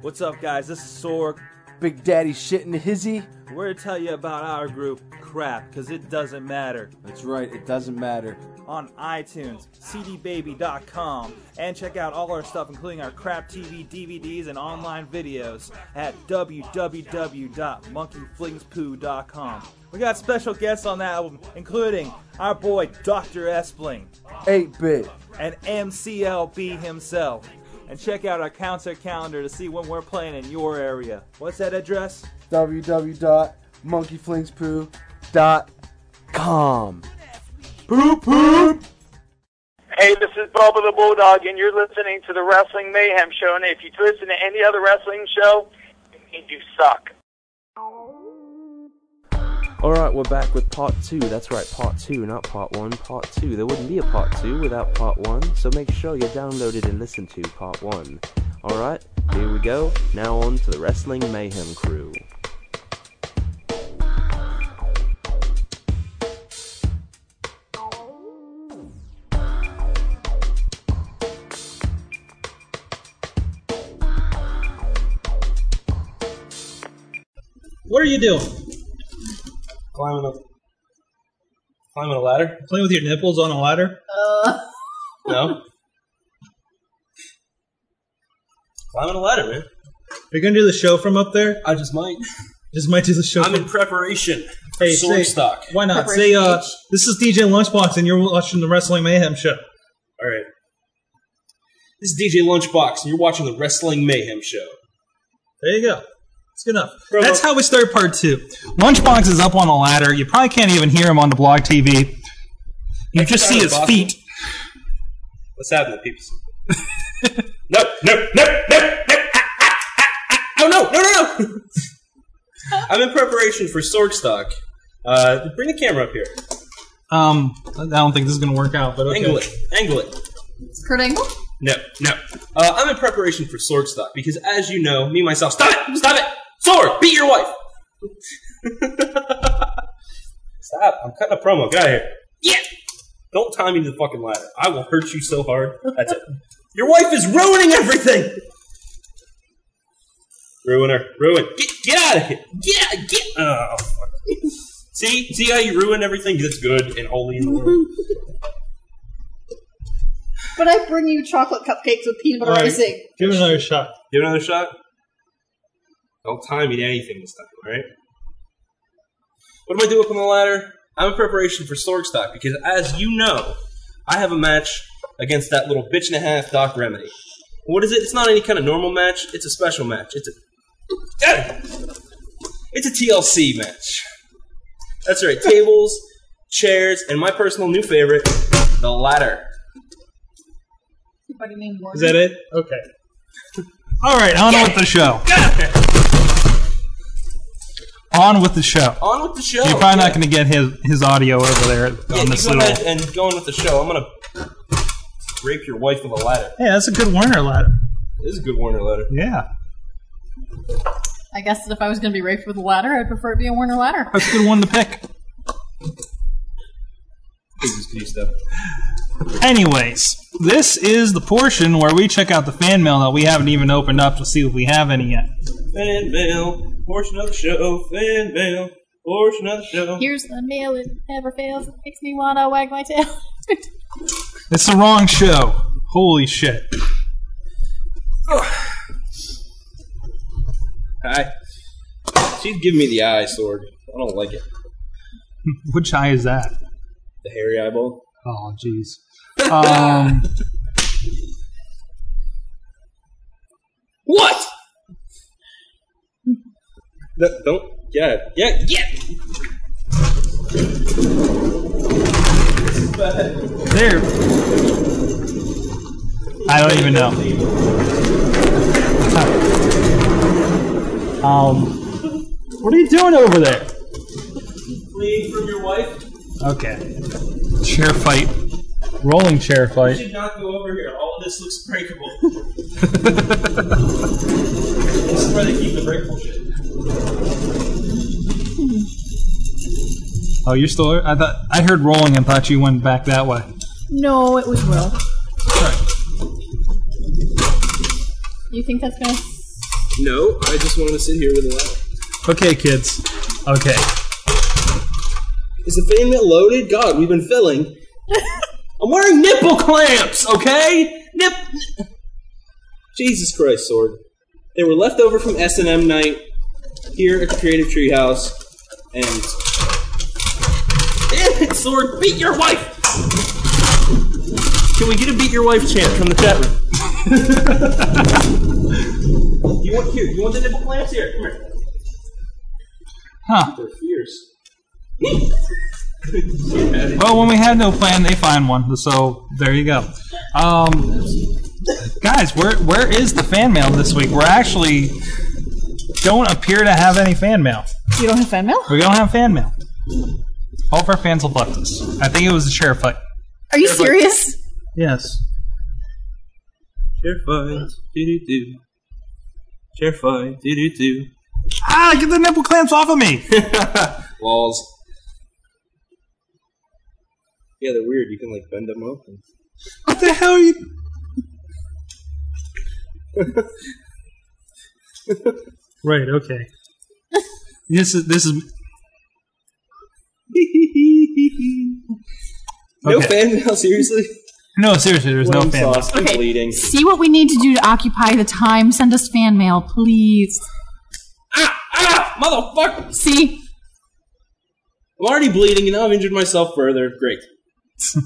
What's up, guys? This is Sorg. Big Daddy shitting the hizzy. We're going to tell you about our group, Crap, because it doesn't matter. That's right, it doesn't matter. On iTunes, cdbaby.com, and check out all our stuff, including our Crap TV DVDs and online videos at www.monkeyflingspoo.com. We got special guests on that album, including our boy Dr. Espling 8 bit. and MCLB himself. And check out our concert calendar to see when we're playing in your area. What's that address? www.monkeyflingspoo.com. Hey, this is Bubba the Bulldog, and you're listening to the Wrestling Mayhem Show. And if you listen to any other wrestling show, it means you suck. All right, we're back with part two. That's right, part two, not part one. Part two. There wouldn't be a part two without part one. So make sure you downloaded and listened to part one. All right, here we go. Now on to the Wrestling Mayhem crew. What are you doing? climbing up, climbing a ladder. Playing with your nipples on a ladder? No, climbing a ladder, man. Are you gonna do the show from up there? I just might. Just might do the show. I'm from- in preparation for Hey, say- sword stock. Why not? Say, uh, this is DJ Lunchbox, and you're watching the Wrestling Mayhem show. All right. This is DJ Lunchbox, and you're watching the Wrestling Mayhem Show. There you go. That's good enough. Bro, That's bro. how we start part two. Lunchbox is up on a ladder. You probably can't even hear him on the blog TV. You just see his Impossible. feet. What's happening, peeps? no, no, no, no, no. Ah, ah, ah, ah. Oh, no, no, no, no. I'm in preparation for sword stock. Uh, bring the camera up here. Um, I don't think this is gonna work out, but okay. Angle it. Angle it. Kurt Angle? No, no. Uh, I'm in preparation for sword stock because, as you know, me myself. Stop it! Stop it! Sword, beat your wife. Stop! I'm cutting a promo. Get out of here. Yeah. Don't tie me to the fucking ladder. I will hurt you so hard. That's it. Your wife is ruining everything. Ruin her. Ruin. Get, get out of here. Get out. Get. Oh, fuck. See, see how you ruin everything that's good and holy in the world. But I bring you chocolate cupcakes with peanut butter All right. icing. Give it another shot. Give it another shot. Don't tie me to anything this time, alright? What am I doing up on the ladder? I'm in preparation for Sorg Stock because, as you know, I have a match against that little bitch and a half Doc Remedy. What is it? It's not any kind of normal match. It's a special match. It's a. Ah! It's a TLC match. That's right. Tables, chairs, and my personal new favorite, the ladder. Everybody named Morgan. Is that it? Okay. All right, on with the show. On with the show. On with the show. You're probably not going to get his, his audio over there Oh, Yeah, on you this go little. ahead and going with the show. I'm gonna rape your wife with a ladder. Hey, that's a good Warner ladder. This is a good Warner ladder. Yeah, I guess that if I was going to be raped with a ladder, I'd prefer it be a Warner ladder. that's a good one to pick. Jesus Christ, stuff. Anyways, this is the portion where we check out the fan mail that we haven't even opened up to see if we have any yet. Fan mail, portion of the show. Fan mail, portion of the show. Here's the mail, it never fails. It makes me want to wag my tail. It's the wrong show. Holy shit! Hi. She's giving me the eye sword. I don't like it. Which eye is that? The hairy eyeball. Oh, jeez. Um, What? No, don't. Yeah, yeah, yeah. there. I don't even know. Um, what are you doing over there? Fleeing from your wife. Okay. Chair fight. Rolling chair You fight. should not go over here. All of this looks breakable. this is where they keep the breakable shit. Oh, you're still. I thought I heard rolling and thought you went back that way. no, it was Will. You think that's going to No, I just wanted to sit here with a ladder. Okay, kids. Okay. Is the fan mail loaded? God, we've been filling. I'm wearing nipple clamps, okay? Nip. Jesus Christ, Sword. They were left over from S and M night here at the Creative Treehouse, and damn it, Sword, beat your wife. Can we get a beat your wife chant from the chat room? you want here? You want the nipple clamps here? Come here. Huh. They're fierce. Well, when we had no plan, they find one. So there you go. Um, guys, where where is the fan mail this week? We're actually don't appear to have any fan mail. You don't have fan mail? We don't have fan mail. All of our fans have left us. I think it was the sheriff fight. Are you serious? Yes. Chair fight, do do do. Chair fight, do do do. Ah, get the nipple clamps off of me! Walls. Yeah, they're weird. You can like bend them open. what the hell are you? right. Okay. This is this is No Okay. fan mail, seriously. no seriously. There's no Lamb fan. mail. sauce, I'm Okay. bleeding. See what we need to do to occupy the time. Send us fan mail, please. Ah, ah, motherfucker! See? I'm already bleeding, and now I've injured myself further. Great,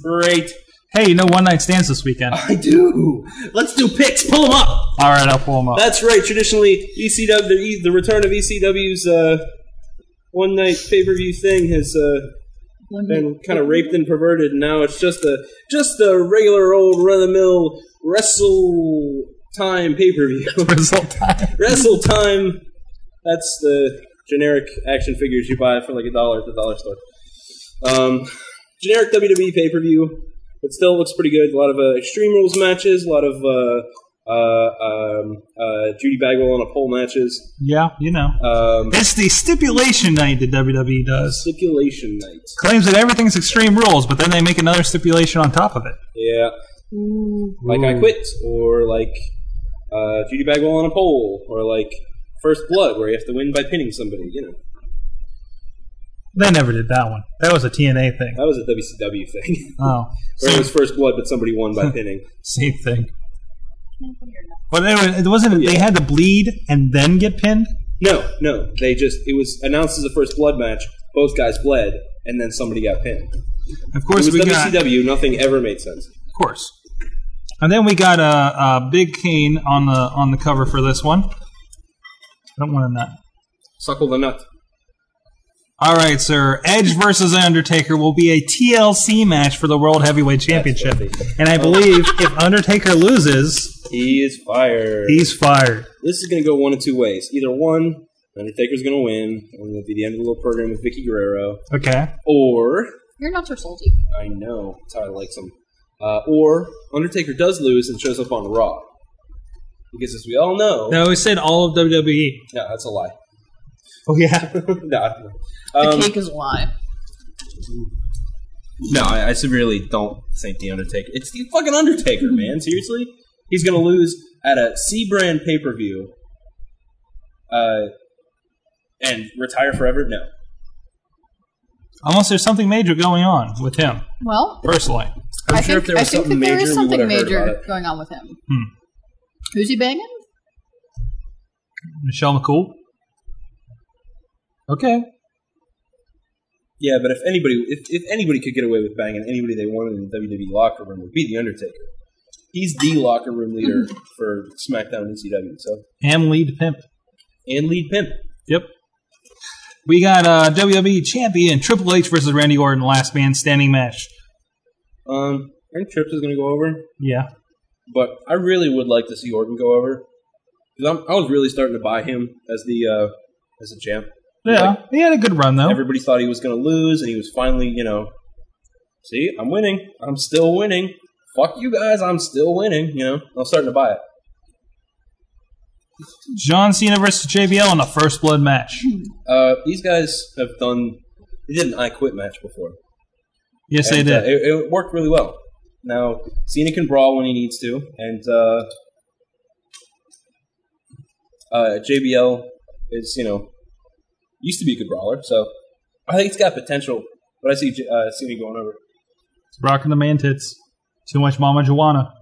great. Hey, you know one night stands this weekend. I do. Let's do picks. Pull them up. All right, I'll pull them up. That's right. Traditionally, ECW, the, E- the return of ECW's uh, one night pay per view thing has uh, been kind of raped and perverted. And now it's just a just a regular old run of the mill wrestle time pay per view. Result time. wrestle time. That's the generic action figures you buy for like a dollar at the dollar store. Um, generic WWE pay per view, but still looks pretty good. A lot of uh, Extreme Rules matches, a lot of uh, uh, um, uh, Judy Bagwell on a pole matches. Yeah, you know. Um, It's the stipulation night that WWE does. stipulation night. Claims that everything's extreme rules, but then they make another stipulation on top of it. Yeah. Like I quit, or like uh, Judy Bagwell on a pole, or like First Blood, where you have to win by pinning somebody. You know, They never did that one. That was a TNA thing. that was a WCW thing. Oh, Or it same, was first blood, but somebody won by pinning. same thing. But they were, it wasn't. They had to bleed and then get pinned. No, no, they just it was announced as a first blood match. Both guys bled, and then somebody got pinned. Of It course, was we got. Of WCW. Nothing ever made sense. course. And then we got a uh, uh, big Kane on the on the cover for this one. I don't want to not. Suckle the nut. All right, sir. Edge versus Undertaker will be a TLC match for the World Heavyweight Championship. And I believe if Undertaker loses, He is fired. he's fired. this is going to go one of two ways. Either one, Undertaker's going to win, and it'll be the end of the little program with Vicky Guerrero, Okay. or You're not your salty. I know that's how I likes him. Uh, or Undertaker does lose and shows up on Raw, because as we all know, No, he said all of E. WWE. no, that's a lie. Oh, yeah. nah. The Um, cake is why. No, I, I severely don't think the Undertaker. It's the fucking Undertaker, man. Seriously, he's gonna lose at a C brand pay per view, uh, and retire forever. No, Unless there's something major going on with him, Well, personally. I'm I sure think, if there was I think something that there major, is we something would've heard about major it. going on with him. Hmm. Who's he banging? Michelle McCool? Okay. yeah, but if anybody, if, if anybody could get away with banging anybody they wanted in the WWE locker room, it would be the Undertaker. He's the locker room leader for SmackDown and ECW. So And lead pimp. and lead pimp. Yep. We got uh, WWE Champion Triple H versus Randy Orton, last man standing match. Um, I think Trips is gonna go over. Yeah. but I really would like to see Orton go over. 'Cause I'm, I was really starting to buy him as the uh, as a champ. Yeah. he had a good run, though. Everybody thought he was going to lose, and he was finally, you know, see, I'm winning. I'm still winning. Fuck you guys, I'm still winning. You know, I'm starting to buy it. John Cena versus JBL in a first blood match. Uh, these guys have done. They did an I Quit match before. Yes, they And, did. uh, it, it worked really well. Now Cena can brawl when he needs to, and uh, Uh, JBL is, you know, used to be a good brawler, so I think it's got potential. But I see J- uh, Cena going over. It's rocking the man tits. Too much Mama Juana.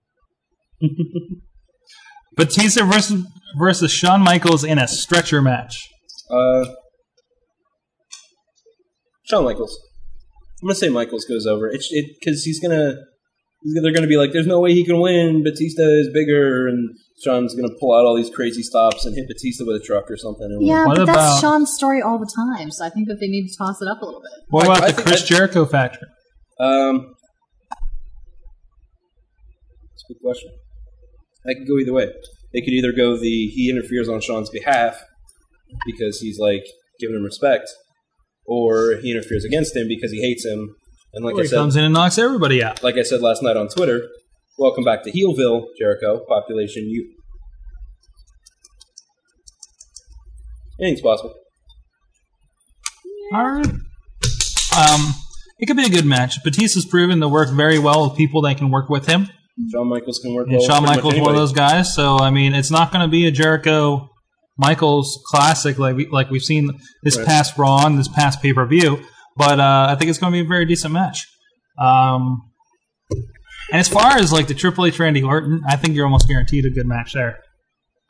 Batista versus, versus Shawn Michaels in a stretcher match. Uh, Shawn Michaels. I'm gonna say Michaels goes over. It's it because he's gonna. he's gonna- They're gonna be like, "There's no way he can win." Batista is bigger, and Sean's gonna pull out all these crazy stops and hit Batista with a truck or something. and Yeah, What but about- that's Sean's story all the time, so I think that they need to toss it up a little bit. What I- about I the think Chris I- Jericho factor? Um, that's a good question. I could go either way. They could either go the he interferes on Sean's behalf because he's like giving him respect, or he interferes against him because he hates him. And like Or I he said, comes in and knocks everybody out. like I said last night on Twitter, welcome back to Heelville, Jericho population. You anything's possible. Alright. Um, it could be a good match. Batista's proven to work very well with people that can work with him. Shawn Michaels can work. And well with Shawn pretty much Michaels one of anybody. those guys. So I mean, it's not going to be a Jericho Michaels classic like we, like we've seen this Right. past Raw and this past pay per view. But uh, I think it's going to be a very decent match. Um, and as far as like the Triple H Randy Orton, I think you're almost guaranteed a good match there.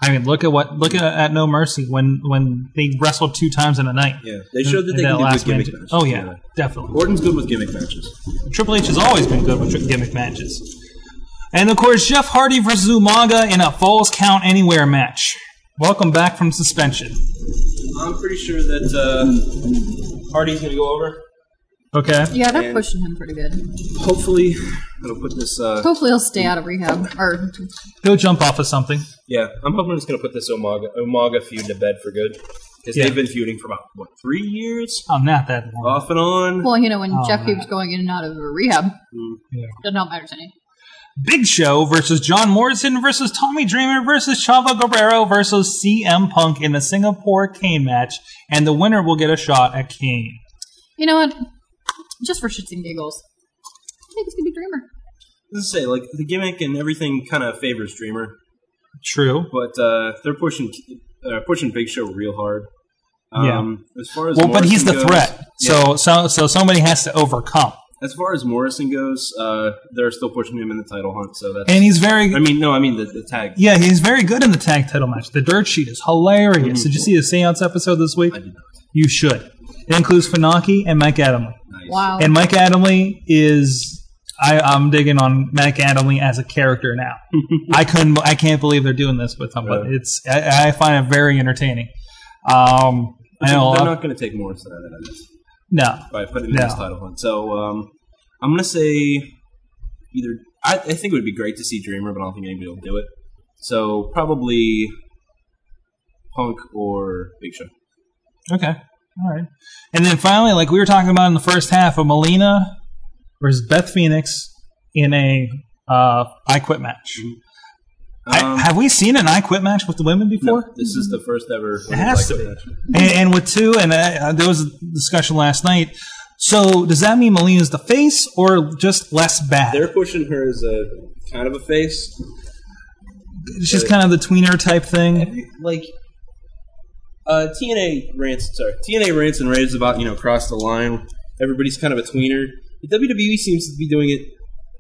I mean, look at what look at, at No Mercy when when they wrestled two times in a night. Yeah, they showed that In they can do good man- gimmick matches. Oh yeah, definitely. Orton's good with gimmick matches. Triple H has always been good with tri- gimmick matches. And of course, Jeff Hardy versus Umaga in a Falls Count Anywhere match. Welcome back from suspension. I'm pretty sure that uh, Hardy's going to go over. Okay. Yeah, they're And- pushing him pretty good. Hopefully, I'm going to put this. Uh, Hopefully, he'll stay out of rehab. Or Go jump off of something. yeah, I'm hoping it's going to put this Omaga, Omaga feud to bed for good because Yeah. they've been feuding for about what three years, Oh, not that long. off and on. well, you know, when Oh, Jeff man. keeps going in and out of rehab, Hmm. Yeah. does not matter to any. Big Show versus John Morrison versus Tommy Dreamer versus Chava Guerrero versus CM Punk in a Singapore Kane match, and the winner will get a shot at Kane. You know what? Just for shits and giggles, I think it's gonna be Dreamer. Let's say like the gimmick and everything kind of favors Dreamer, True. but uh, they're pushing uh, pushing Big Show real hard. Um, yeah. As far as Well, but he's the Morrison goes- threat, so so so somebody has to overcome, As far as Morrison goes, uh, they're still pushing him in the title hunt. So that's. and he's very I mean, no, I mean the, the tag. Yeah, he's very good in the tag title match. The dirt sheet is hilarious. Did you see the seance episode this week? I did not. You should. It includes Finaki and Mike Adamley. Nice. Wow. And Mike Adamley is I, I'm digging on Mike Adamley as a character now. I couldn't I can't believe they're doing this with him, but Yeah. it's I, I find it very entertaining. Um I know a lot- they're not going to take Morrison out of this no. by putting him No. in this title hunt. So um, I'm going to say either. I, I think it would be great to see Dreamer, but I don't think anybody will do it. So probably Punk or Big Show. Okay. All right. And then finally, like we were talking about in the first half, of Melina versus Beth Phoenix in a uh, I Quit match. I, Um, have we seen an I Quit match with the women no, before? this is the first ever. It has to be. And, and with two, and uh, there was a discussion last night. So does that mean Melina's the face or just less bad? They're pushing her as a kind of a face. She's kind of the tweener type thing. like uh, TNA rants. Sorry, TNA rants and raves about you know cross the line. Everybody's kind of a tweener. The WWE seems to be doing it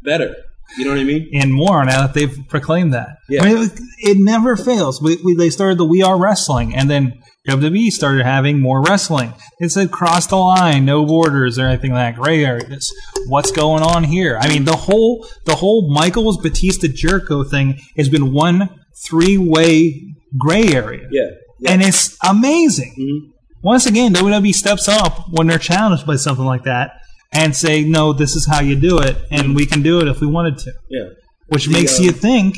better. You know what I mean? And more now that they've proclaimed that. Yeah. I mean, it, it never fails. We, we, they started the We Are Wrestling, and then WWE started having more wrestling. It said cross the line, no borders, or anything like gray areas. What's going on here? I mean, the whole the whole Michaels Batista Jericho thing has been one three way gray area. Yeah. Mm-hmm. yeah. and it's amazing. Once again, WWE steps up when they're challenged by something like that and say, "No, this is how you do it, Mm-hmm. and we can do it if we wanted to," yeah. which makes um, you think,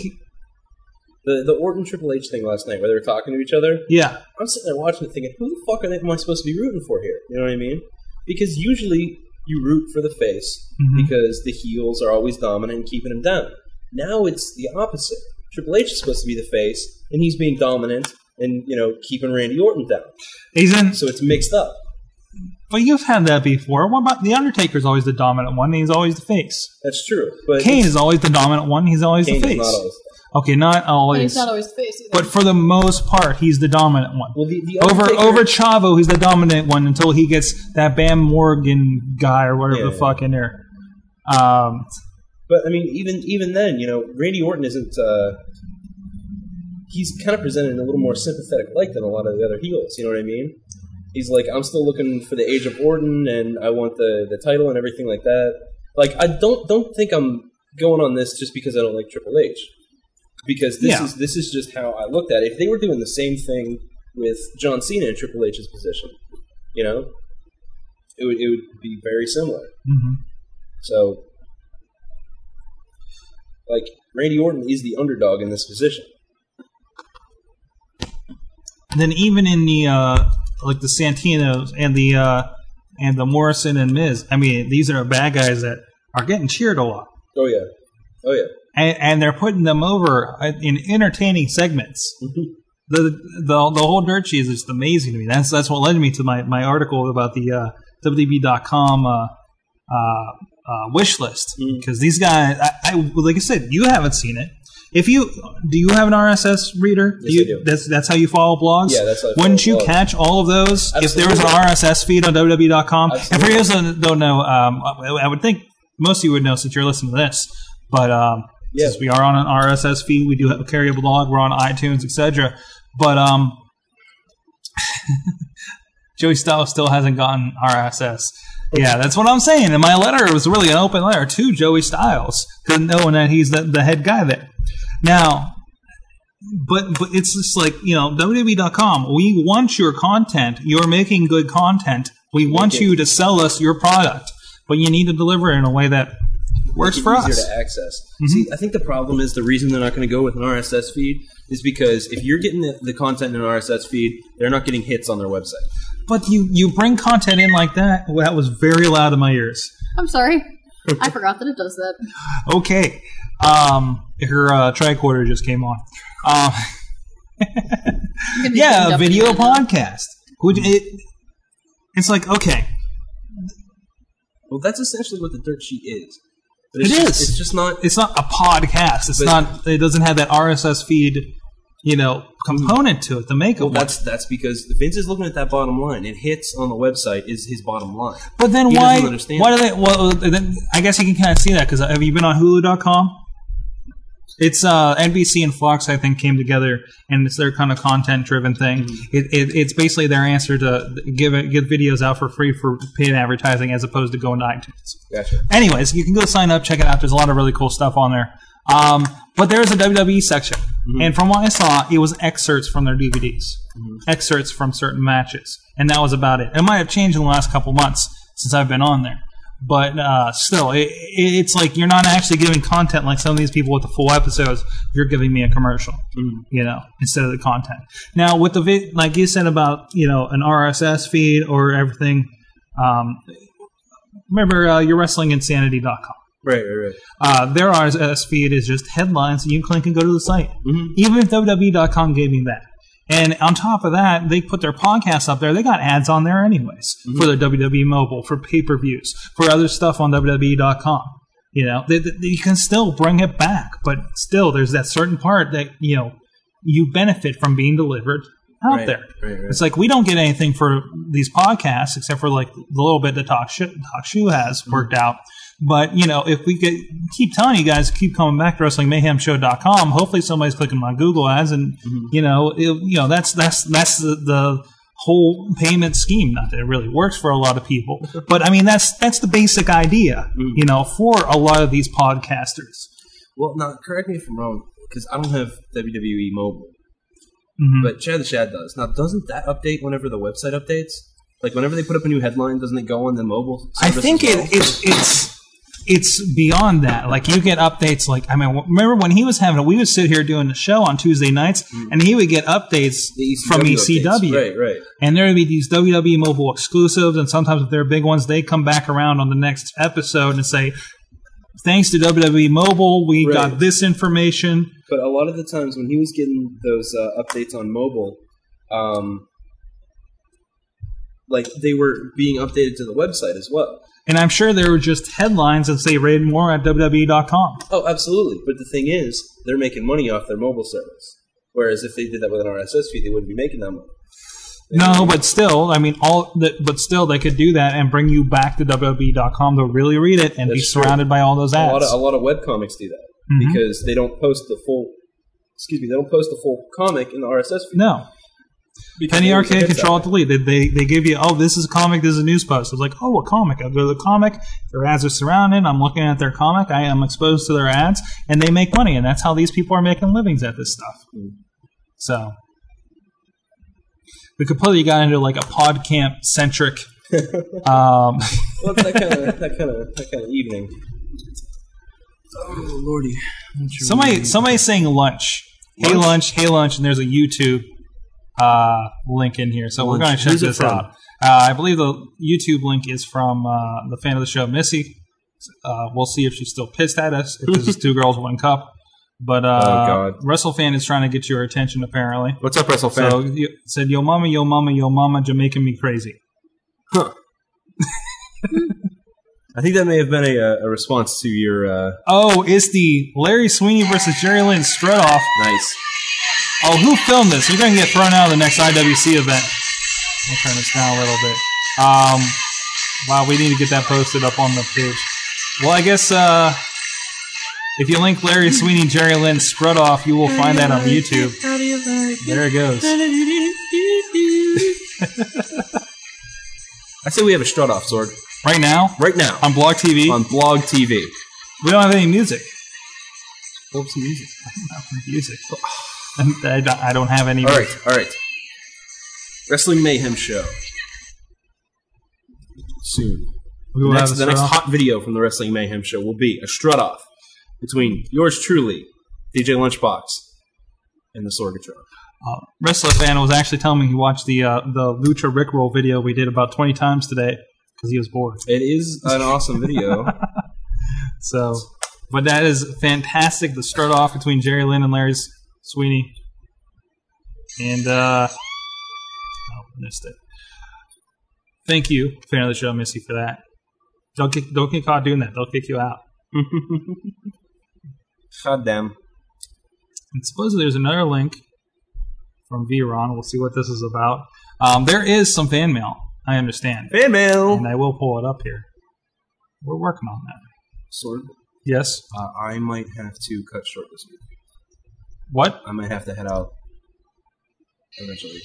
The the Orton Triple H thing last night where they were talking to each other. yeah, I'm sitting there watching it thinking, who the fuck are they, am I supposed to be rooting for here? You know what I mean? Because usually you root for the face Mhm. because the heels are always dominant and keeping him down. Now it's the opposite. Triple H is supposed to be the face, and he's being dominant and you know keeping Randy Orton down. isn't? So it's mixed up. But you've had that before. What about the Undertaker's always the dominant one? and He's always the face. That's true. But Kane is always the dominant one. He's always Kane the is face. not always. Okay, not But always. he's not always the face either. but for the most part, he's the dominant one. Well, the, the over Undertaker- over Chavo, he's the dominant one until he gets that Bam Morgan guy or whatever Yeah, the yeah. fuck in there. Um, But I mean, even even then, you know, Randy Orton isn't. Uh, he's kind of presented in a little more sympathetic light than a lot of the other heels. You know what I mean? He's like, I'm still looking for the age of Orton, and I want the the title and everything like that. Like, I don't don't think I'm going on this just because I don't like Triple H, because this Yeah. is this is just how I looked at it. If they were doing the same thing with John Cena in Triple H's position, you know, it would it would be very similar. mhm. So, like, Randy Orton is the underdog in this position. Then even in the uh, like the Santinos and the uh, and the Morrison and Miz, I mean, these are bad guys that are getting cheered a lot, Oh, yeah. Oh, yeah. and, and they're putting them over uh, in entertaining segments. Mhm. The, the the whole dirt sheet is just amazing to me. That's that's what led me to my, my article about the uh, WDB.com uh, uh, uh, wish list Mm. because these guys, I, I well, like I said, you haven't seen it. If you do, you have an RSS reader. Yes, you, I do. That's that's how you follow blogs. Yeah, that's how I follow Wouldn't you blogs. catch all of those if there was an Absolutely. RSS feed on WWE.com? And for Absolutely. those that don't know, um, I- I would think most of you would know since you're listening to this, but um, Yeah. since we are on an RSS feed, we do have, carry a blog. We're on iTunes, etc. But um, Joey Styles still hasn't gotten RSS. Yeah, that's what I'm saying. And my letter was really an open letter to Joey Styles, 'cause knowing that he's the, the head guy there. Now, but but it's just like you know WWE.com. We want your content. You're making good content. We want you to sell us your product, but you need to deliver it in a way that works It's for easier us. Mm-hmm. to access. See, I think the problem is the reason they're not going to go with an RSS feed is because if you're getting the, the content in an RSS feed, they're not getting hits on their website. But you you bring content in like that. well, That was very loud in my ears. I'm sorry. I forgot that it does that. Okay, um, her uh, tricorder just came on. Um, You can yeah, do a video something about podcast. Would it? It's like okay, Well, that's essentially what the dirt sheet is. But It it's just, is. It's just not. it's not a podcast. It's But- not. It doesn't have that RSS feed, you know, component to it. The Well, makeup. one. that's that's because Vince is looking at that bottom line, and hits on the website is his bottom line. But then He doesn't why? understand Why do they? Well, then I guess you can kind of see that because have you been on Hulu.com? It's uh, NBC and Fox, I think, came together, and it's their kind of content-driven thing. Mm-hmm. It, it, it's basically their answer to give it, give videos out for free for paid advertising, as opposed to going to iTunes. Gotcha. Anyways, you can go sign up, check it out. There's a lot of really cool stuff on there. Um, but there is a WWE section, and from what I saw, it was excerpts from their DVDs, excerpts from certain matches, and that was about it. It might have changed in the last couple months since I've been on there, but uh, still, it, it, it's like you're not actually giving content like some of these people with the full episodes. You're giving me a commercial, you know, instead of the content. Now with the vi- like you said about you know an RSS feed or everything. Um, remember uh, your wrestlinginsanity.com. Right, right, right. Uh, their RSS feed is just headlines. You click and go to the site. Mhm. Even if WWE.com gave me that. And on top of that, they put their podcast up there. They got ads on there anyways for their WWE E mobile, for pay-per-views, for other stuff on WWE.com. You know, they, they, you can still bring it back, but still, there's that certain part that you know you benefit from being delivered out Right, there. right, right. It's like we don't get anything for these podcasts except for like the little bit that Talk Shoe, Talk Shoe has Mm-hmm. worked out. But you know, if we could keep telling you guys, keep coming back to WrestlingMayhemShow.com. Hopefully, somebody's clicking my Google ads, and Mm-hmm. you know, it, you know, that's that's that's the, the whole payment scheme. Not that it really works for a lot of people, but I mean, that's that's the basic idea, Mm. you know, for a lot of these podcasters. Well, now correct me if I'm wrong, because I don't have WWE mobile, Mhm. but Chad the Shad does. Now, doesn't that update whenever the website updates? Like whenever they put up a new headline, doesn't it go on the mobile? I service think as it, well? it's it's it's beyond that. Like you get updates. Like I mean, w- remember when he was having it? We would sit here doing the show on Tuesday nights, and he would get updates Mm. The from E ECW. ECW updates. Right, right. And there would be these WWE mobile exclusives, and sometimes if they're big ones, they come back around on the next episode and say, "Thanks to WWE Mobile, we Right. got this information." But a lot of the times when he was getting those uh, updates on mobile, um, like they were being updated to the website as well. And I'm sure there were just headlines that say read more at E WWE.com. Oh, absolutely. But the thing is, they're making money off their mobile service. Whereas if they did that with an RSS feed, they wouldn't be making that money. No, but still, I mean, all. The, but still, they could do that and bring you back to WWE.com to really read it and be That's true. surrounded by all those A ads. lot of a lot of webcomics do that Mhm. because they don't post the full. Excuse me, they don't post the full comic in the RSS feed. no, Because Penny they lose the Arcade hits Control Alt out Delete. They, they they give you oh this is a comic, this is a news post. It's like oh a comic. I go to the comic. Their ads are surrounded. I'm looking at their comic. I am exposed to their ads, and they make money, and that's how these people are making livings at this stuff. So we completely got into like a PodCamp centric. um, there. Well, it's that kind of that kind of that kind of evening. somebody somebody's saying lunch. Hey lunch. hey lunch, and there's a YouTube uh, link in here, so we're going to check Who's it this from? out. Uh, I believe the YouTube link is from uh, the fan of the show, Missy. Uh, we'll see if she's still pissed at us. If this is two girls, one cup. But uh, Oh, God. WrestleFan is trying to get your attention, apparently. What's up, WrestleFan? So you said, "Yo mama, yo mama, yo mama, Jamaican me crazy." I think that may have been a, uh, a response to your uh, Oh, it's the Larry Sweeney versus Jerry Lynn Strutoff. nice. Oh, who filmed this? You're going to get thrown out of the next IWC event. I'll turn this down a little bit. Um, wow, we need to get that posted up on the page. Well, I guess uh, if you link Larry Sweeney, Jerry Lynn Sprudoff, you will find that on YouTube. There it goes. I say we have a strut off, Zorg, Right now right now on Blog TV, on Blog TV. we don't have any music. Pull up some music. Music. I don't- I don't have any. All right, all right. Wrestling Mayhem show soon. We The will next, have the a next Sprudoff. hot video from the Wrestling Mayhem show will be a strut off between yours truly, DJ Lunchbox, and the Sorgatron. Uh, wrestler fan was actually telling me he watched the uh, the Lucha Rickroll video we did about 20 times today because he was bored. It is an awesome video. So, but that is fantastic. The start off between Jerry Lynn and Larry S- Sweeney, and uh, oh, missed it. Thank you, fan of the show, Missy, for that. Don't get don't get caught doing that. They'll kick you out. God damn. And supposedly there's another link from Vron. We'll see what this is about. Um, there is some fan mail. I understand. Fan mail. and I will pull it up here. We're working on that. Sword. Yes. Uh, I might have to cut short this week. What? I might have to head out eventually.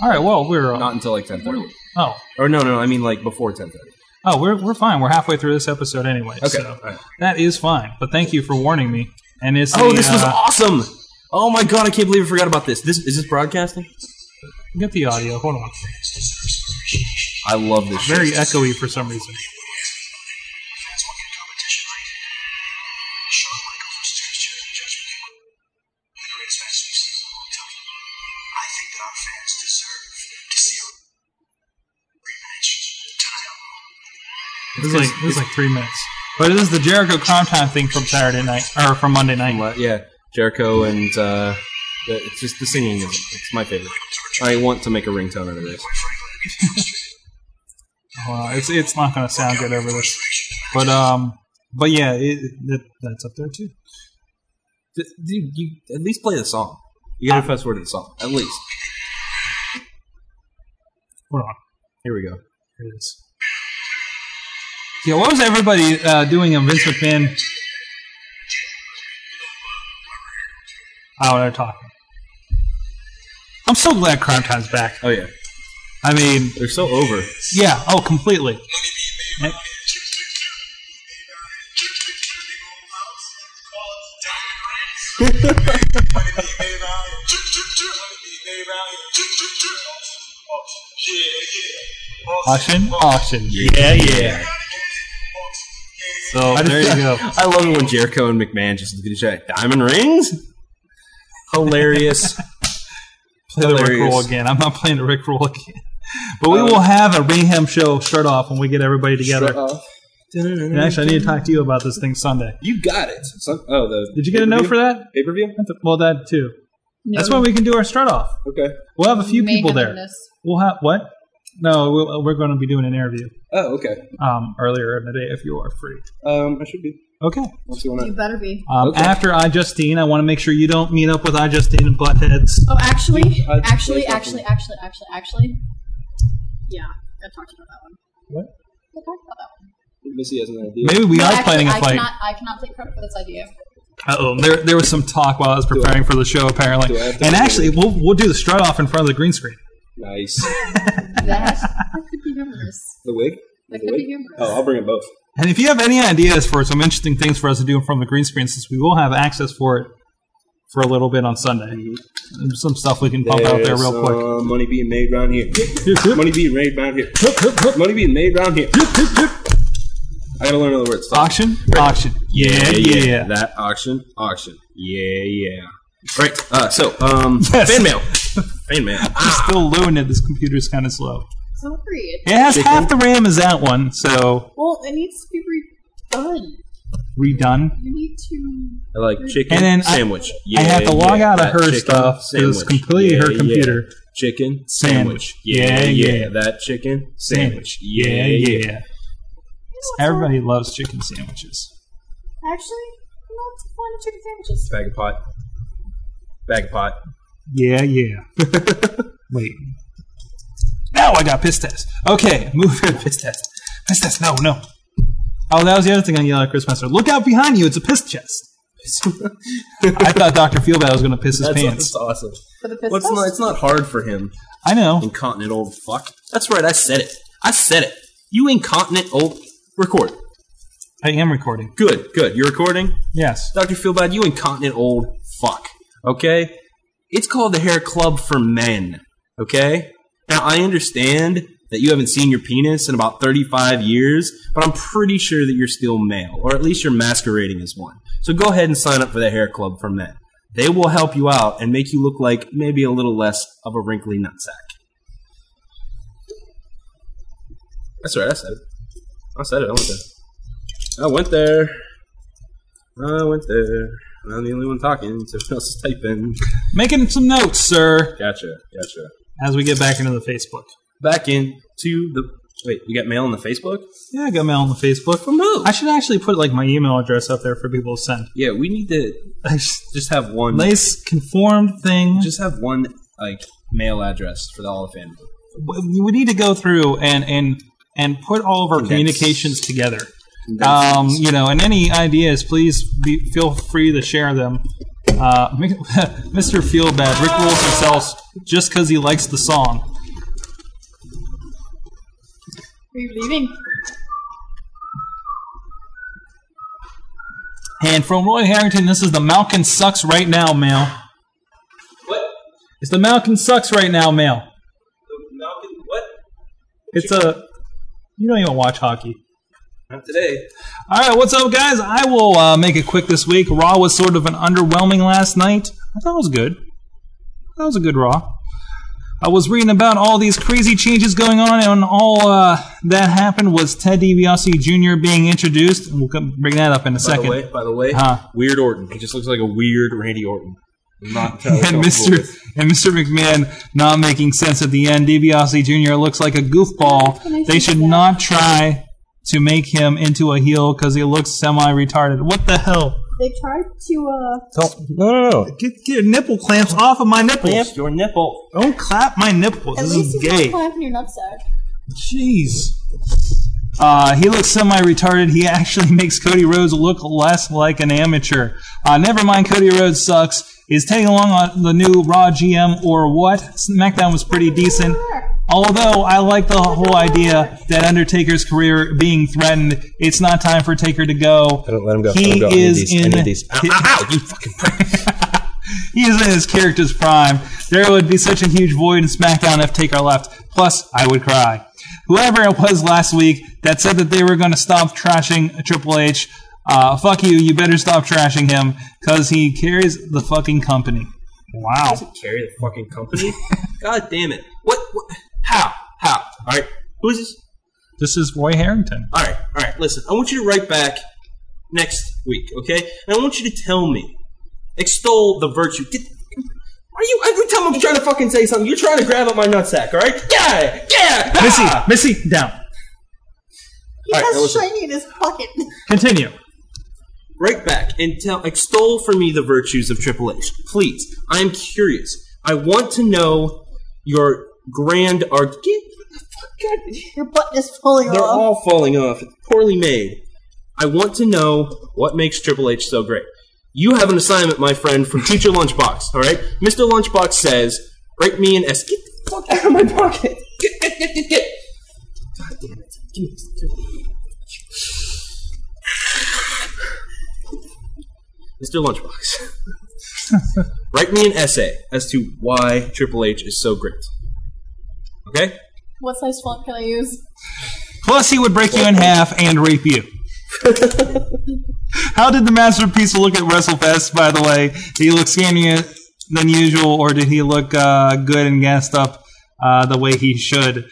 All right. Well, we're uh, Not until like ten thirty. oh Or no, no, I mean like before ten thirty. oh we're we're fine. We're halfway through this episode anyway. Okay. So all right. that is fine. But thank you for warning me. And it's Oh, the, this was uh, awesome! Oh my god, I can't believe I forgot about this. This is this broadcasting? get the audio. Hold on. I love this. shit. Very echoey for some reason. This is like this is like three minutes. But this is the Jericho Crime Time thing from Saturday night or from Monday night. What? Yeah, Jericho and uh, the, it's just the singing is it's my favorite. I want to make a ringtone out of this. Well, it's it's not going to sound good over this, but um, but yeah, it, it, that's up there too. D- Dude, you at least play the song. You gotta fast forward to the song at least. Hold on, Here we go. here it is. Yeah, what was everybody uh, doing in Vince McMahon? Oh, they're talking. I'm so glad Crime Time's back. Oh yeah, I mean, they're so over. yeah, oh, completely. Eh, Auction, auction. Yeah, yeah. So there you go. I love it when Jericho and McMahon just look at each other. Diamond rings. Hilarious. play the Rick Hilarious. Uh, roll again. I'm not playing the Rick roll again. But we will have a Mayhem show shirt off when we get everybody together. And actually, I need to talk to you about this thing Sunday. You got it. Some- oh, the Did you get a note for that? pay per view? Well, that too. That's when we can do our strut off. Okay. We'll have a few May people there. goodness. We'll have what? No, we'll, we're going to be doing an interview Oh, okay. um, earlier in the day if you are free. Um, I should be. Okay. What's going You on? better be. Um, Okay. After I Justine, I want to make sure you don't meet up with I Justine and Buttheads. Oh, actually, uh, I'd say actually, something. actually, actually, actually, actually. Yeah, I talked about that one. What? I talked about that one. Missy has an idea. Maybe we No, are actually, planning a I fight. Cannot, I cannot take credit for this idea. Uh oh, there, there was some talk while I was preparing for the show, apparently. do I have to And do actually, we'll, we'll do the strut off in front of the green screen. Nice. That, that could be humorous. The wig? The That could wig? be humorous. Oh, I'll bring it both. And if you have any ideas for some interesting things for us to do in front of the green screen, since we will have access for it for a little bit on Sunday, And some stuff we can pump out there There's real quick. some Money being made round here. money being made round here. money being made round here. I gotta learn other words. Stop. Auction? Auction. Yeah, yeah, yeah. That auction, auction. Yeah, yeah. Right. Uh, so, um, Yes. Ah. fan mail. fan mail. I'm still loading it. This computer's kind of slow. So great. It has half the RAM as that one, so Well, it needs to be redone. redone. You need to. I like chicken And then I- sandwich. I had to log yeah. out of That her chicken stuff. It was sandwich. completely her Yeah, computer. yeah. Chicken Sandwich. sandwich. Yeah, Yeah, yeah, yeah. That chicken Sandwich. sandwich. Yeah, yeah. Everybody loves chicken sandwiches. Actually, not to find chicken sandwiches. Bag of pot. Bag of pot. Yeah, yeah. Wait. Now I got piss test. Okay, move to piss test. Piss test, no, no. Oh, that was the other thing I yelled at Chris Master. Look out behind you, it's a piss chest. I thought Dr. Feelbad was going to piss his That's, pants. that's awesome. For the piss Well, it's, not, it's not hard for him. I know. Incontinent old fuck. That's right. I said it. I said it. You incontinent old. Record. I am recording. Good, good. You're recording? Yes. Dr. Feelbad, you incontinent old fuck. Okay? It's called the Hair Club for Men. Okay? Now, I understand that you haven't seen your penis in about 35 years, but I'm pretty sure that you're still male, or at least you're masquerading as one. So go ahead and sign up for the Hair Club for Men. They will help you out and make you look like maybe a little less of a wrinkly nutsack. That's right, I said it. I said it, I went there. I went there. I went there. I'm the only one talking. So everyone else is typing. Making some notes, sir, Gotcha. Gotcha. as we get back into the Facebook. Back in to the wait. We got mail on the Facebook. Yeah, I got mail on the Facebook. From who? I should actually put like my email address up there for people to send. yeah, we need to just have one. Nice conformed thing. Just have one like mail address for the all of fan. we we need to go through and and and put all of our Condense. communications together. Um, you know, and any ideas, please be, feel free to share them. Uh, Mr. Feelbad, Rick Rolls himself just because he likes the song. Are you leaving? And from Roy Harrington, this is the Malkin Sucks Right Now mail. What? It's the Malkin Sucks Right Now mail. Malcolm, what? It's a. You don't even watch hockey. Not today. All right, what's up, guys? I will uh, make it quick this week. Raw was sort of an underwhelming last night. I thought it was good. That was a good Raw. I was reading about all these crazy changes going on, and all uh, that happened was Ted DiBiase Jr. being introduced. We'll come- bring that up in a By the second. way, by the way, Huh. weird Orton. He just looks like a weird Randy Orton. I'm not entirely and comfortable Mr. with- and Mr. McMahon not making sense at the end. DiBiase Jr. looks like a goofball. They should not try to make him into a heel because he looks semi-retarded. What the hell? They tried to. uh... Oh, No, no, no. Get, get your nipple clamps off of my nipples. Clamp your nipple. Don't clap my nipples. At this least is you gay. not clamping your nutsack. Jeez. Uh, he looks semi-retarded. He actually makes Cody Rhodes look less like an amateur. Uh, never mind, Cody Rhodes sucks. Is taking along on the new Raw GM or what? SmackDown was pretty decent. Although I like the whole idea that Undertaker's career being threatened. It's not time for Taker to go. I don't let him go. He I don't go. I need is these. I in. need these. Ow, ow, ow, you fucking prick. he is in his character's prime. There would be such a huge void in SmackDown if Taker left. Plus, I would cry. Whoever it was last week that said that they were going to stop trashing Triple H, uh, fuck you, you better stop trashing him because he carries the fucking company. Wow. carry the fucking company? God damn it. What, what? How? How? All right. Who's this? This is Roy Harrington. All right. All right. Listen, I want you to write back next week, okay? And I want you to tell me, extol the virtue. Did, are you? I, someone's trying to fucking say something, you're trying to grab at my nutsack, all right? Yeah, yeah. ah! Missy, Missy, down. He All right, now has listen. shiny in his pocket. Continue. right back and tell extol for me the virtues of Triple H, please. I'm curious. I want to know your grand art. Get, God, Your button is falling they're off. all falling off. It's poorly made. I want to know what makes Triple H so great. You have an assignment, my friend, from Future Lunchbox. All right, Mr. Lunchbox says, "Break me an S." Get the fuck out of my pocket. Get, get, get, get, get. God damn it! Give me this. give me- Mr. Lunchbox, write me an essay as to why Triple H is so great. Okay? What size font can I use? Plus, he would break you in half and rape you. How did the masterpiece look at WrestleFest? By the way, did he look skinnier than usual, or did he look uh, good and gassed up uh, the way he should?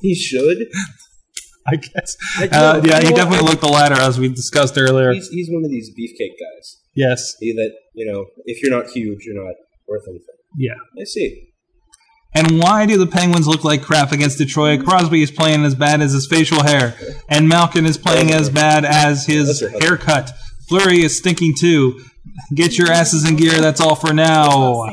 He should. I guess. Like, Uh, no, yeah, you he know definitely looked the latter, as we discussed earlier. He's, he's one of these beefcake guys. Yes. He that, you know, if you're not huge, you're not worth anything. Yeah. I see. And why do the Penguins look like crap against Detroit? Crosby is playing as bad as his facial hair, and Malkin is playing as bad as his haircut. Flurry is stinking too. Get your asses in gear. That's all for now.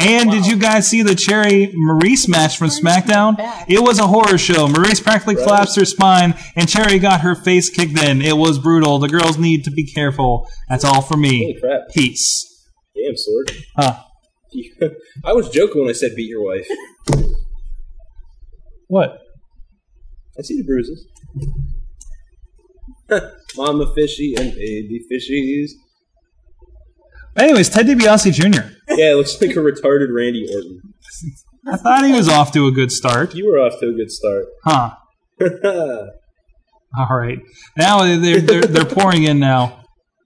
And did you guys see the Cherry Maurice match from SmackDown? It was a horror show. Maurice practically collapsed her spine, and Cherry got her face kicked in. It was brutal. The girls need to be careful. That's all for Holy me. crap. Peace. Damn, sword. Huh. I was joking when I said beat your wife. What? I see the bruises. Mama fishy and baby fishies. Anyways, Ted DiBiase Jr. Yeah, it looks like a retarded Randy Orton. I thought he was off to a good start. You were off to a good start. Huh. oh, All right. Now they're they're, they're pouring in now.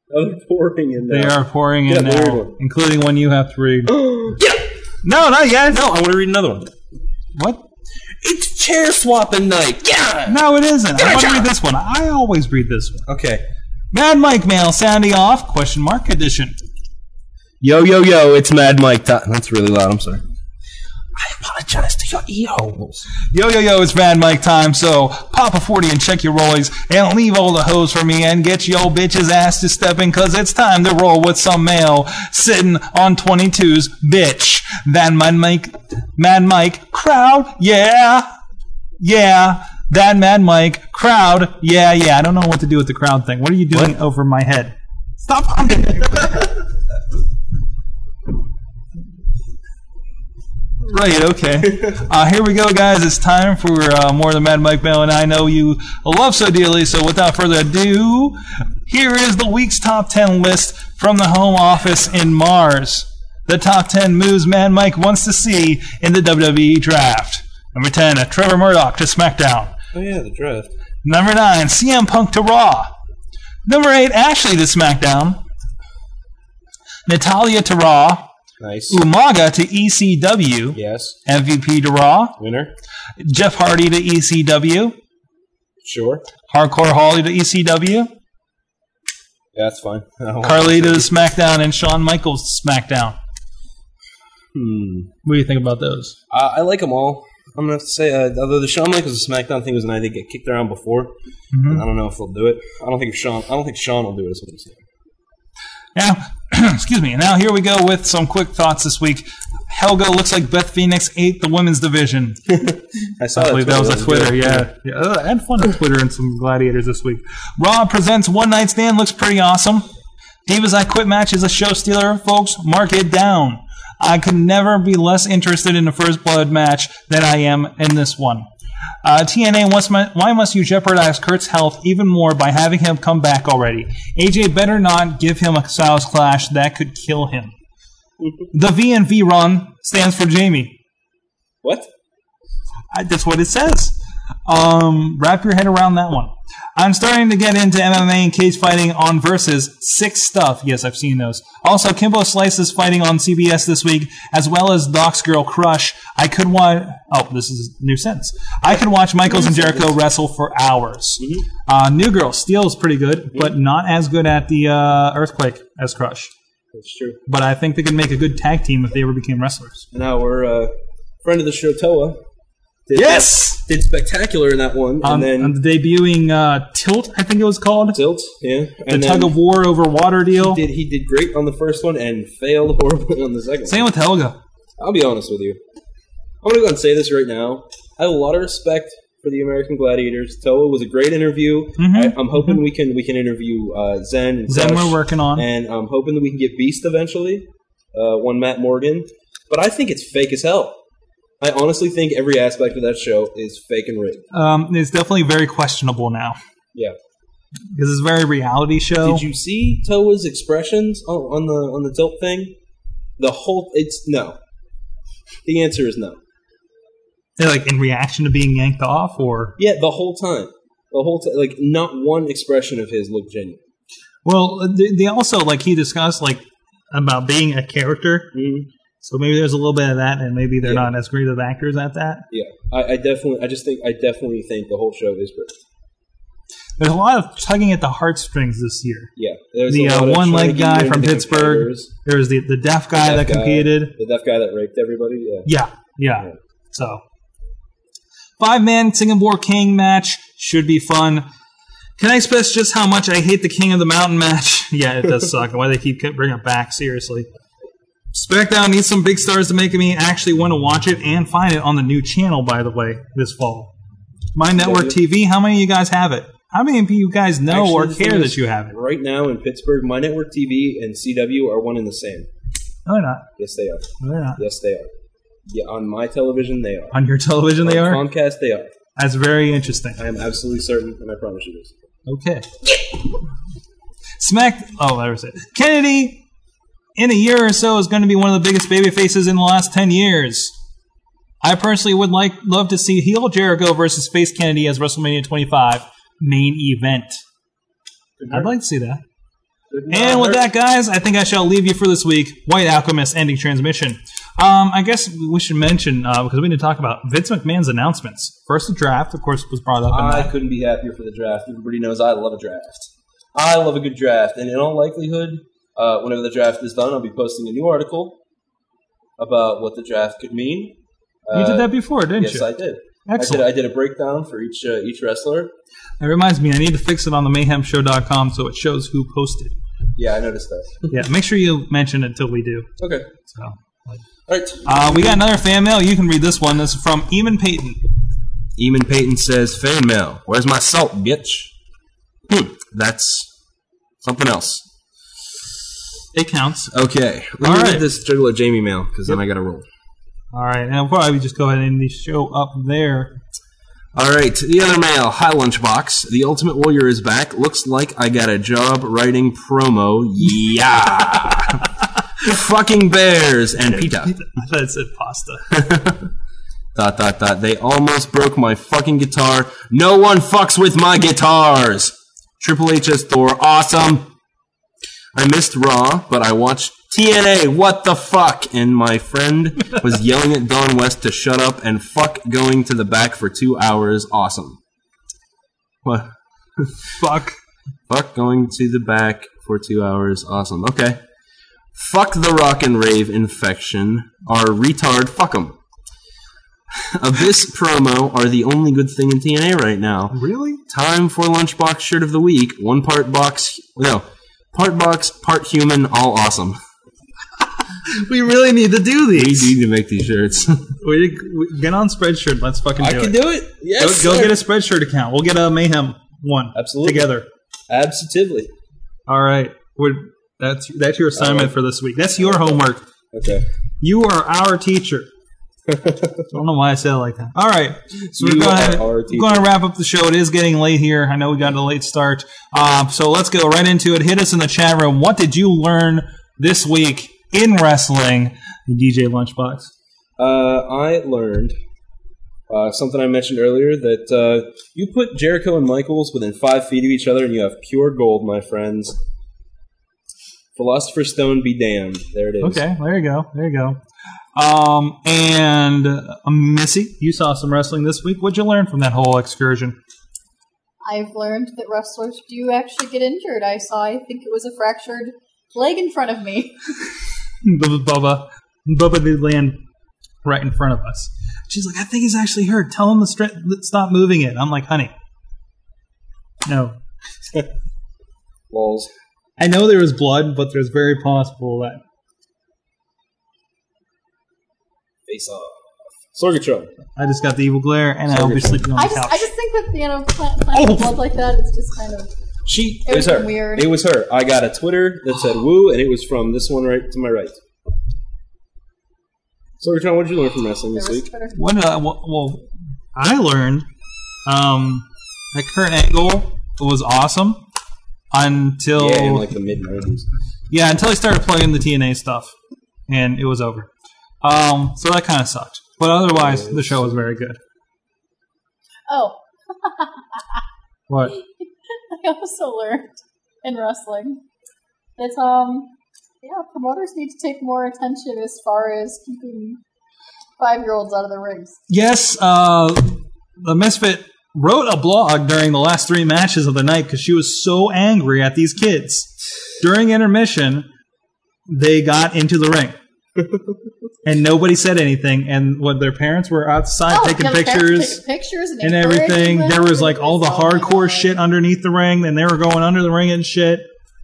they're pouring in They there. are pouring in Yeah, the weird now, one. including one you have to read. yeah! No, not yet. No, I want to read another one. What? It's chair swapping night. Yeah. No, it isn't. I want to read this one. I always read this one. Okay. Mad Mike mail sounding off question mark edition. Yo, yo, yo! It's Mad Mike. Ti- That's really loud. I'm sorry. I apologize to your e holes. Yo yo yo, it's Mad Mike time. So pop a forty and check your rollies and leave all the hoes for me and get your bitch's ass to stepping cause it's time to roll with some mail sitting on twenty twos, bitch. That Mad Mike, Mad Mike crowd, yeah. Yeah, that Mad Mike crowd. Yeah, yeah. I don't know what to do with the crowd thing. What are you doing over my head? Stop honking. Right, okay. Uh, here we go, guys. It's time for uh, more than Mad Mike Bell, and I know you love so dearly. So, without further ado, here is the week's top 10 list from the home office in Mars. The top 10 moves Mad Mike wants to see in the WWE draft. Number 10, Trevor Murdoch to SmackDown. Oh yeah, the draft. Number nine, CM Punk to Raw. Number eight, Ashley to SmackDown. Natalia to Raw. Nice. Umaga to E ECW. Yes. MVP to Raw. Winner. Jeff Hardy to ECW. Sure. Hardcore Holly to E ECW. Yeah, that's fine. Carlita to SmackDown. And Shawn Michaels to SmackDown. Hmm. What do you think about those? Uh, I like them all. I'm gonna have to say, uh, although the Shawn Michaels and SmackDown thing was an idea get kicked around before, Mm-hmm. and I don't know if they'll do it. I don't think if Shawn. I don't think Shawn will do it. Is what I'm saying. Now, excuse me. Now here we go with some quick thoughts this week. Helga looks like Beth Phoenix ate the women's division. I saw I believe that was a good. Twitter, yeah. yeah. uh, I had fun on Twitter and some gladiators this week. Raw presents One Night Stand looks pretty awesome. Divas I Quit match is a show stealer, folks. Mark it down. I could never be less interested in the First Blood match than I am in this one. Uh, TNA, wants my, why must you jeopardize Kurt's health even more by having him come back already? AJ better not give him a Styles clash that could kill him. The V and V run stands for Jamie. What? I, that's what it says. Um, wrap your head around that one. I'm starting to get into MMA and cage fighting on Versus Six Stuff. Yes, I've seen those. Also, Kimbo Slice is fighting on CBS this week, as well as Doc's Girl Crush. I could watch. Oh, this is a new sentence. I could watch Michaels and Jericho wrestle for hours. Mm-hmm. Uh, new Girl Steel is pretty good, but not as good at the uh, Earthquake as Crush. That's true. But I think they could make a good tag team if they ever became wrestlers. And our uh, friend of the show, Toa, did, Yes! did spectacular in that one, On, and then on the Um, debuting uh, Tilt, I think it was called. tilt, yeah, the and tug then of war over water deal. did he did great on the first one and failed horribly on the second. Same with Helga. I'll be honest with you. I'm gonna go ahead and say this right now. I have a lot of respect for the American Gladiators. Toa was a great interview. Mhm. I, I'm hoping we can we can interview uh, Zen and Zen Crush, we're working on. and I'm hoping that we can get Beast eventually. Uh, one Matt Morgan, but I think it's fake as hell. I honestly think every aspect of that show is fake and rigged. Um, it's definitely very questionable now Yeah. because it's very reality show. Did you see Toa's expressions on, on the on the tilt thing? The whole it's no. The answer is no. They're, like in reaction to being yanked off, or Yeah, the whole time. The whole time, like not one expression of his looked genuine. well, they, they also like he discussed like about being a character. So maybe there's a little bit of that, and maybe they're Yeah. not as great of actors at that. Yeah, I, I definitely, I just think, I definitely think the whole show is rigged. There's a lot of tugging at the heartstrings this year. Yeah, there's the a lot uh, of one leg trying to get guy you from into the Pittsburgh. competitors. There was the the deaf guy Deaf that competed. the deaf guy that raped everybody. Yeah, Yeah, yeah. Yeah. So five man Singapore King match should be fun. Can I express just how much I hate the King of the Mountain match? Yeah, it does suck. and Why they keep bringing it back? Seriously. SmackDown needs some big stars to make me actually want to watch it and find it on the new channel, by the way, this fall. My network TV, how many of you guys have it? How many of you guys know Actually, or the thing care is, that you have it? Right now in Pittsburgh, my network TV and CW are one and the same. No, they're not. Yes, they are. No, they're not. Yes, they are. Yeah, on my television, they are. On your television, they On are? Comcast, they are. That's very interesting. I am absolutely certain, and I promise you this. Okay. Smack. Oh, there was it. Kennedy, in a year or so, is going to be one of the biggest baby faces in the last ten years. I personally would like love to see heel Jericho versus Face Kennedy as WrestleMania 25 main event. I'd like to see that. And with that, guys, I think I shall leave you for this week. White Alchemist ending transmission. Um, I guess we should mention uh, because we didn't talk about Vince McMahon's announcements. First, the draft, of course, was brought up. in I that. couldn't be happier for the draft. Everybody knows I love a draft. I love a good draft, and in all likelihood, uh, whenever the draft is done, I'll be posting a new article about what the draft could mean. you Uh, did that before, didn't Yes, you? I did. Excellent. I did. I did a breakdown for each uh, each wrestler. It reminds me, I need to fix it on the mayhemshow.com so it shows who posted. Yeah, I noticed that. Yeah, make sure you mention it till we do. okay. So, All right. uh, we got another fan mail. You can read this one. This is from Eamon Payton. Eamon Payton says, fan mail. Where's my salt, bitch? Hmm, that's something else. It counts. Okay. Let All me right. read this Juggalo Jamie mail, because then I got to roll. All right, and I'll probably just go ahead and end the show up there. All right, the other mail. Hi, Lunchbox. The Ultimate Warrior is back. Looks like I got a job writing promo. Yeah. Fucking bears and pita. I thought it said pasta. Dot, dot, dot. They almost broke my fucking guitar. No one fucks with my guitars. Triple H as Thor. Awesome. I missed Raw, but I watched TNA. What the fuck? And my friend was yelling at Don West to shut up and fuck going to the back for two hours. Awesome. What? Fuck. Fuck going to the back for two hours. Awesome. Okay. Fuck the rock and rave infection. Our retard. Fuck them. Abyss promo are the only good thing in TNA right now. Really? Time for lunchbox shirt of the week. One part box. No, part box, part human. All awesome. We really need to do We these. need to make these shirts. We, we- get on Spreadshirt. Let's fucking do it. do it. Go, Yes. go get a Spreadshirt account. We'll get a Mayhem one. Absolutely. Together. Absolutely. All right. We're, that's, that's your assignment for this week. That's your homework. Okay. You are our teacher. I don't know why I said it like that. All right. So we're You going are our to teacher. going to wrap up the show. It is getting late here. I know we got a late start. Um, so let's go right into it. Hit us in the chat room. What did you learn this week in wrestling? DJ Lunchbox. Uh, I learned uh, something I mentioned earlier that uh, you put Jericho and Michaels within five feet of each other, and you have pure gold, my friends. Philosopher's Stone be damned. There it is. Okay. There you go. There you go. Um, and uh, Missy, you saw some wrestling this week. What'd you learn from that whole excursion? I've learned that wrestlers do actually get injured. I saw, I think it was a fractured Plague in front of me. Bubba Bubba, Bubba the land right in front of us. She's like, I think it's actually her. Tell him to stri- stop moving it. I'm like, honey, no. Lols. I know there was blood, but there's very possible that Face off. Sorgatron. I just got the evil glare and I'll be sleeping on I the just, couch. I just think that you know, plant, plant Oh. blood like that. It's just kind of. She. It It, was would've her. been weird. It was her. I got a Twitter that said woo, and it was from this one right to my right. Sorgatron, what did you learn from wrestling this There was week? Twitter. What did I, well, well, I learned um, that Kurt Angle was awesome until Yeah, in like the mid 90s. Yeah, until I started playing the TNA stuff, and it was over. Um, so that kind of sucked. But otherwise, the show was very good. Oh, What? I also learned in wrestling that um, yeah, promoters need to take more attention as far as keeping five-year-olds out of the rings. Yes, uh, the Misfit wrote a blog during the last three matches of the night because she was so angry at these kids. During intermission, they got into the ring. and nobody said anything, and when their parents were outside taking Oh, yeah, the parents pictures. taking pictures and, and everything. encouraging There them. was like all the Oh my hardcore God. shit underneath the ring, and they were going under the ring and shit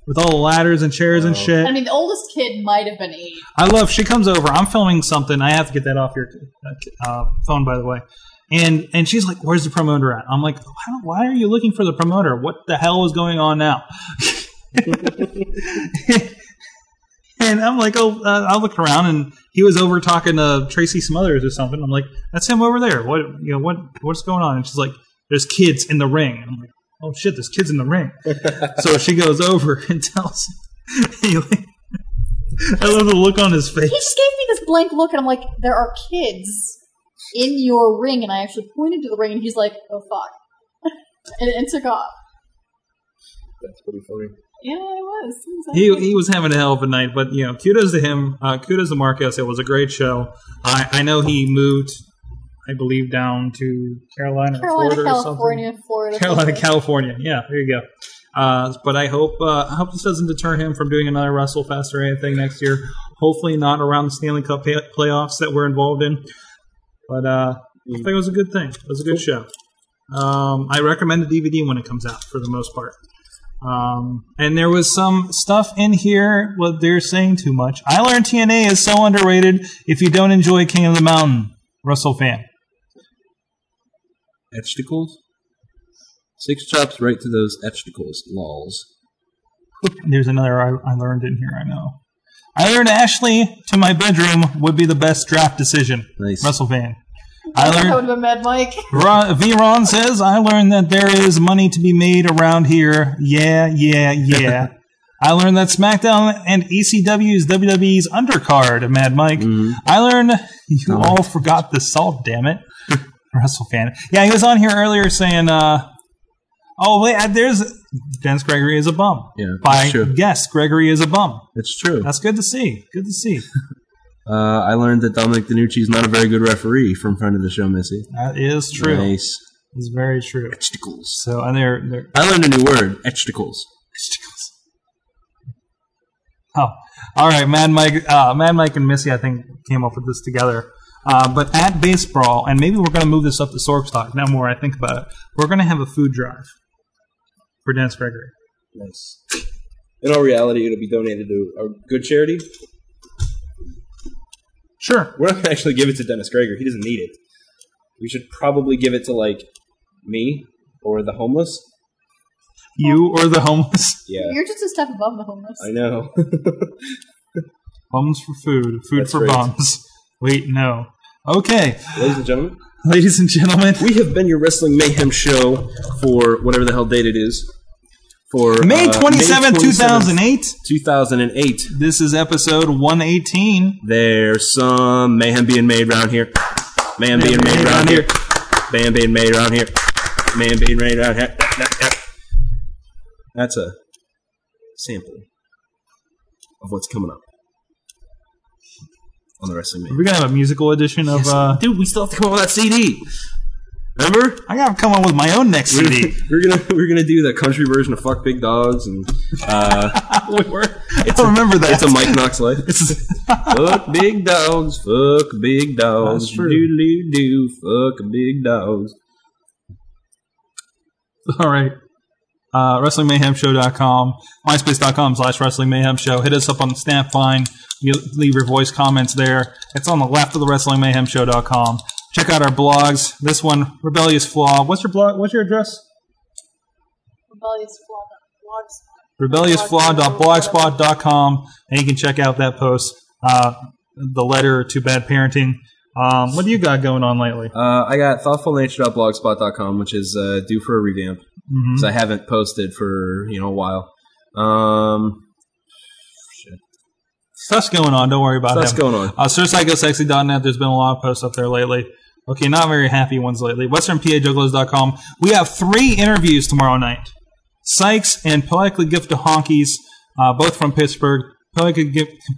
with all the ladders and chairs and I shit. mean, the oldest kid might have been eight. I love. She comes over. I'm filming something. I have to get that off your uh, phone, by the way. And and she's like, "Where's the promoter at?" I'm like, "Why, don't- why are you looking for the promoter? What the hell is going on now?" and I'm like, "Oh, uh, I looked around, and he was over talking to Tracy Smothers or something." I'm like, "That's him over there. What you know? What what's going on?" And she's like, "There's kids in the ring." And I'm like, "Oh shit, there's kids in the ring." so she goes over and tells. Anyway, I love the look on his He face. just gave me this blank look, and I'm like, "There are kids in your ring," and I actually pointed to the ring, and he's like, "Oh fuck," and, and took off. That's pretty funny. Yeah, it was. It was He, okay. he was having a hell of a night, but you know, kudos to him. Uh, kudos to Marcos. It was a great show. I, I know he moved, I believe, down to Carolina, Carolina, Florida, California, or Florida. something. Carolina, California. Yeah, there you go. Uh, but I hope uh, I hope this doesn't deter him from doing another WrestleFest or anything next year. Hopefully not around the Stanley Cup pay- playoffs that we're involved in. But uh, I think it was a good thing. It was a good show. Um, I recommend the DVD when it comes out for the most part. Um, and there was some stuff in here what they're saying too much. I learned TNA is so underrated. If you don't enjoy King of the Mountain, Russell fan. Etchticles? Six chops right to those etchticles. Lols. There's another I, I learned in here. I know. I learned Ashley to my bedroom would be the best draft decision. Nice. Russell fan. I That learned would have been Mad Mike. Ron, V. Ron says, I learned that there is money to be made around here. Yeah, yeah, yeah. I learned that SmackDown and E ECW is WWE's undercard, Mad Mike. Mm-hmm. I learned you Oh. all forgot the salt, damn it. Russell fan. Yeah, he was on here earlier saying, uh, oh, wait, uh, there's Dennis Gregory is a bum. Yeah, By that's true. yes, Gregory is a bum. That's true. That's good to see. Good to see. Uh, I learned that Dominic DiNucci is not a very good referee from friend of the show, Missy. That is true. Nice. It's very true. Etchticles. So, uh, and they're, they're I learned a new word. Etchticles. Oh, all right, Mad Mike, uh, Mad Mike and Missy, I think came up with this together. Uh, but at Base Brawl, and maybe we're going to move this up to Sorgstock. Now, more I think about it, we're going to have a food drive for Dennis Gregory. Nice. In all reality, it'll be donated to a good charity. Sure. We're not going to actually give it to Dennis Greger. He doesn't need it. We should probably give it to, like, me or the homeless. You or the homeless? Yeah, You're just a step above the homeless. I know. Bums for food, food That's for right. bums. Wait, no. Okay, Ladies and gentlemen, ladies and gentlemen, we have been your Wrestling Mayhem show for whatever the hell date it is. For May uh, twenty seventh, 27th, 2008. 2008. This is episode 118. There's some mayhem being made around here. Mayhem being made around here. Mayhem being made around here. Mayhem being made around here. That's a sample of what's coming up on the wrestling We're mayhem. going to have a musical edition of. Uh, Dude, we still have to come up with that CD. Remember? I gotta come up with my own next We CD. We're, gonna we're gonna do the country version of "Fuck Big Dogs" and uh, we were. I don't remember that. it's a Mike Knox life. fuck big dogs, fuck big dogs, That's true. doo doo fuck big dogs. All right. Uh, WrestlingMayhemShow.com, MySpace.com slash Wrestling Mayhem Show. Hit us up on Snapvine. You leave your voice comments there. It's on the left of the WrestlingMayhemShow.com. Check out our blogs. This one, Rebellious Flaw. What's your blog? What's your address? Rebellious flaw. blogspot. RebelliousFlaw.blogspot.com, and you can check out that post. Uh, the letter to bad parenting. Um, what do you got going on lately? Uh, I got thoughtfulnature.blogspot.com, which is uh, due for a revamp Mhm. because I haven't posted for you know a while. Um, Stuff's going on. Don't worry about stuff's him. going on. Uh, SirPsychoSexy.net. There's been a lot of posts up there lately. Okay, not very happy ones lately. WesternPAJugglers.com. We have three interviews tomorrow night. Sykes and Poetically Gifted Honkies, uh, both from Pittsburgh. Poetically Gifted...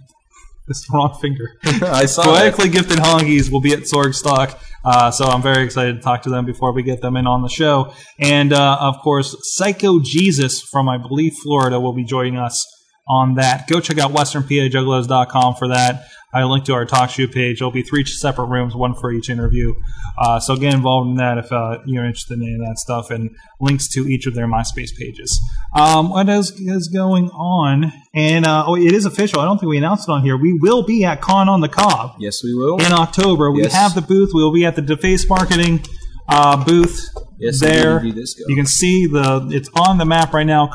This wrong finger. I saw that. Poetically Gifted Honkies will be at Sorg Stock. Uh, so I'm very excited to talk to them before we get them in on the show. And, uh, of course, Psycho Jesus from, I believe, Florida will be joining us on that. Go check out westernpajuggalos.com for that. I linked to our talk show page. There'll be three separate rooms, one for each interview. Uh, so get involved in that if uh, you're interested in any of that stuff, and links to each of their MySpace pages. Um, what is, is going on? And uh, oh, it is official. I don't think we announced it on here. We will be at Con on the Cob Yes, we will. in October. We Yes. have the booth. We will be at the Deface Marketing uh, booth Yes, there. we do this, go. You can see the it's on the map right now.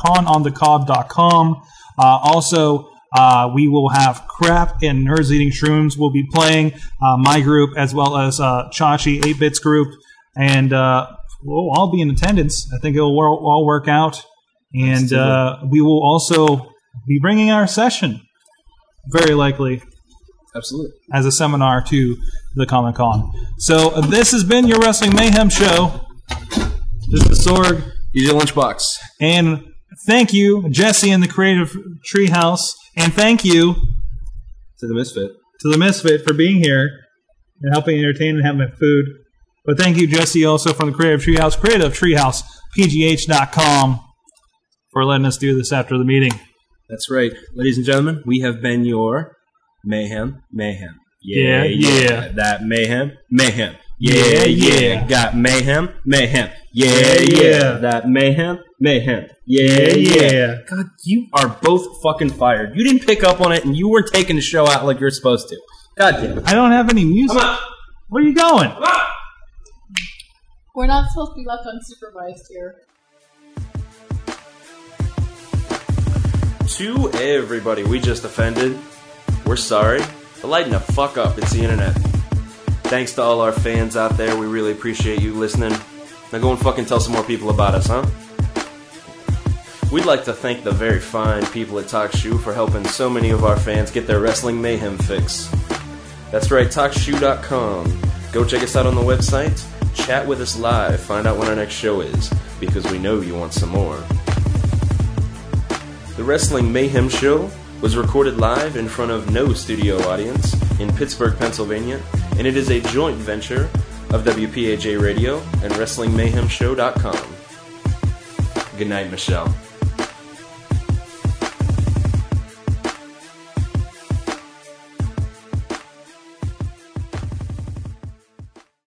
Cononthecob.com. Uh, also, uh, we will have crap and nerds eating shrooms. will be playing uh, my group as well as uh, Chachi Eight Bits group, and uh, we'll all be in attendance. I think it'll wor- all work out, and uh, we will also be bringing our session. Very likely Absolutely. as a seminar to the Comic Con. So uh, this has been your Wrestling Mayhem show. This is Sorg, Use your lunchbox. and thank you, Jesse, and the Creative Treehouse, and thank you To the misfit. to the Misfit for being here and helping entertain and having food. But thank you, Jesse, also from the Creative Treehouse, Creative Treehouse, PGH.com, for letting us do this after the meeting. That's right, ladies and gentlemen. We have been your mayhem, mayhem. Yeah, yeah. yeah. That mayhem, mayhem. Yeah, Yeah, yeah. yeah. Got mayhem, mayhem. Yeah, yeah. yeah. That mayhem, mayhem. Yeah, yeah. yeah. God, you are both fucking fired. You didn't pick up on it, and you weren't taking the show out like you're supposed to. God damn it. I don't have any music. Where are you going? We're not supposed to be left unsupervised here. To everybody we just offended, we're sorry, but lighten the fuck up, it's the internet. Thanks to all our fans out there, we really appreciate you listening. Now go and fucking tell some more people about us, huh? We'd like to thank the very fine people at Talk Shoe for helping so many of our fans get their wrestling mayhem fix. That's right, TalkShoe.com. Go check us out on the website, chat with us live, find out when our next show is, because we know you want some more. The Wrestling Mayhem Show was recorded live in front of no studio audience in Pittsburgh, Pennsylvania, and it is a joint venture of WPAJ Radio and WrestlingMayhemShow.com. Good night, Michelle.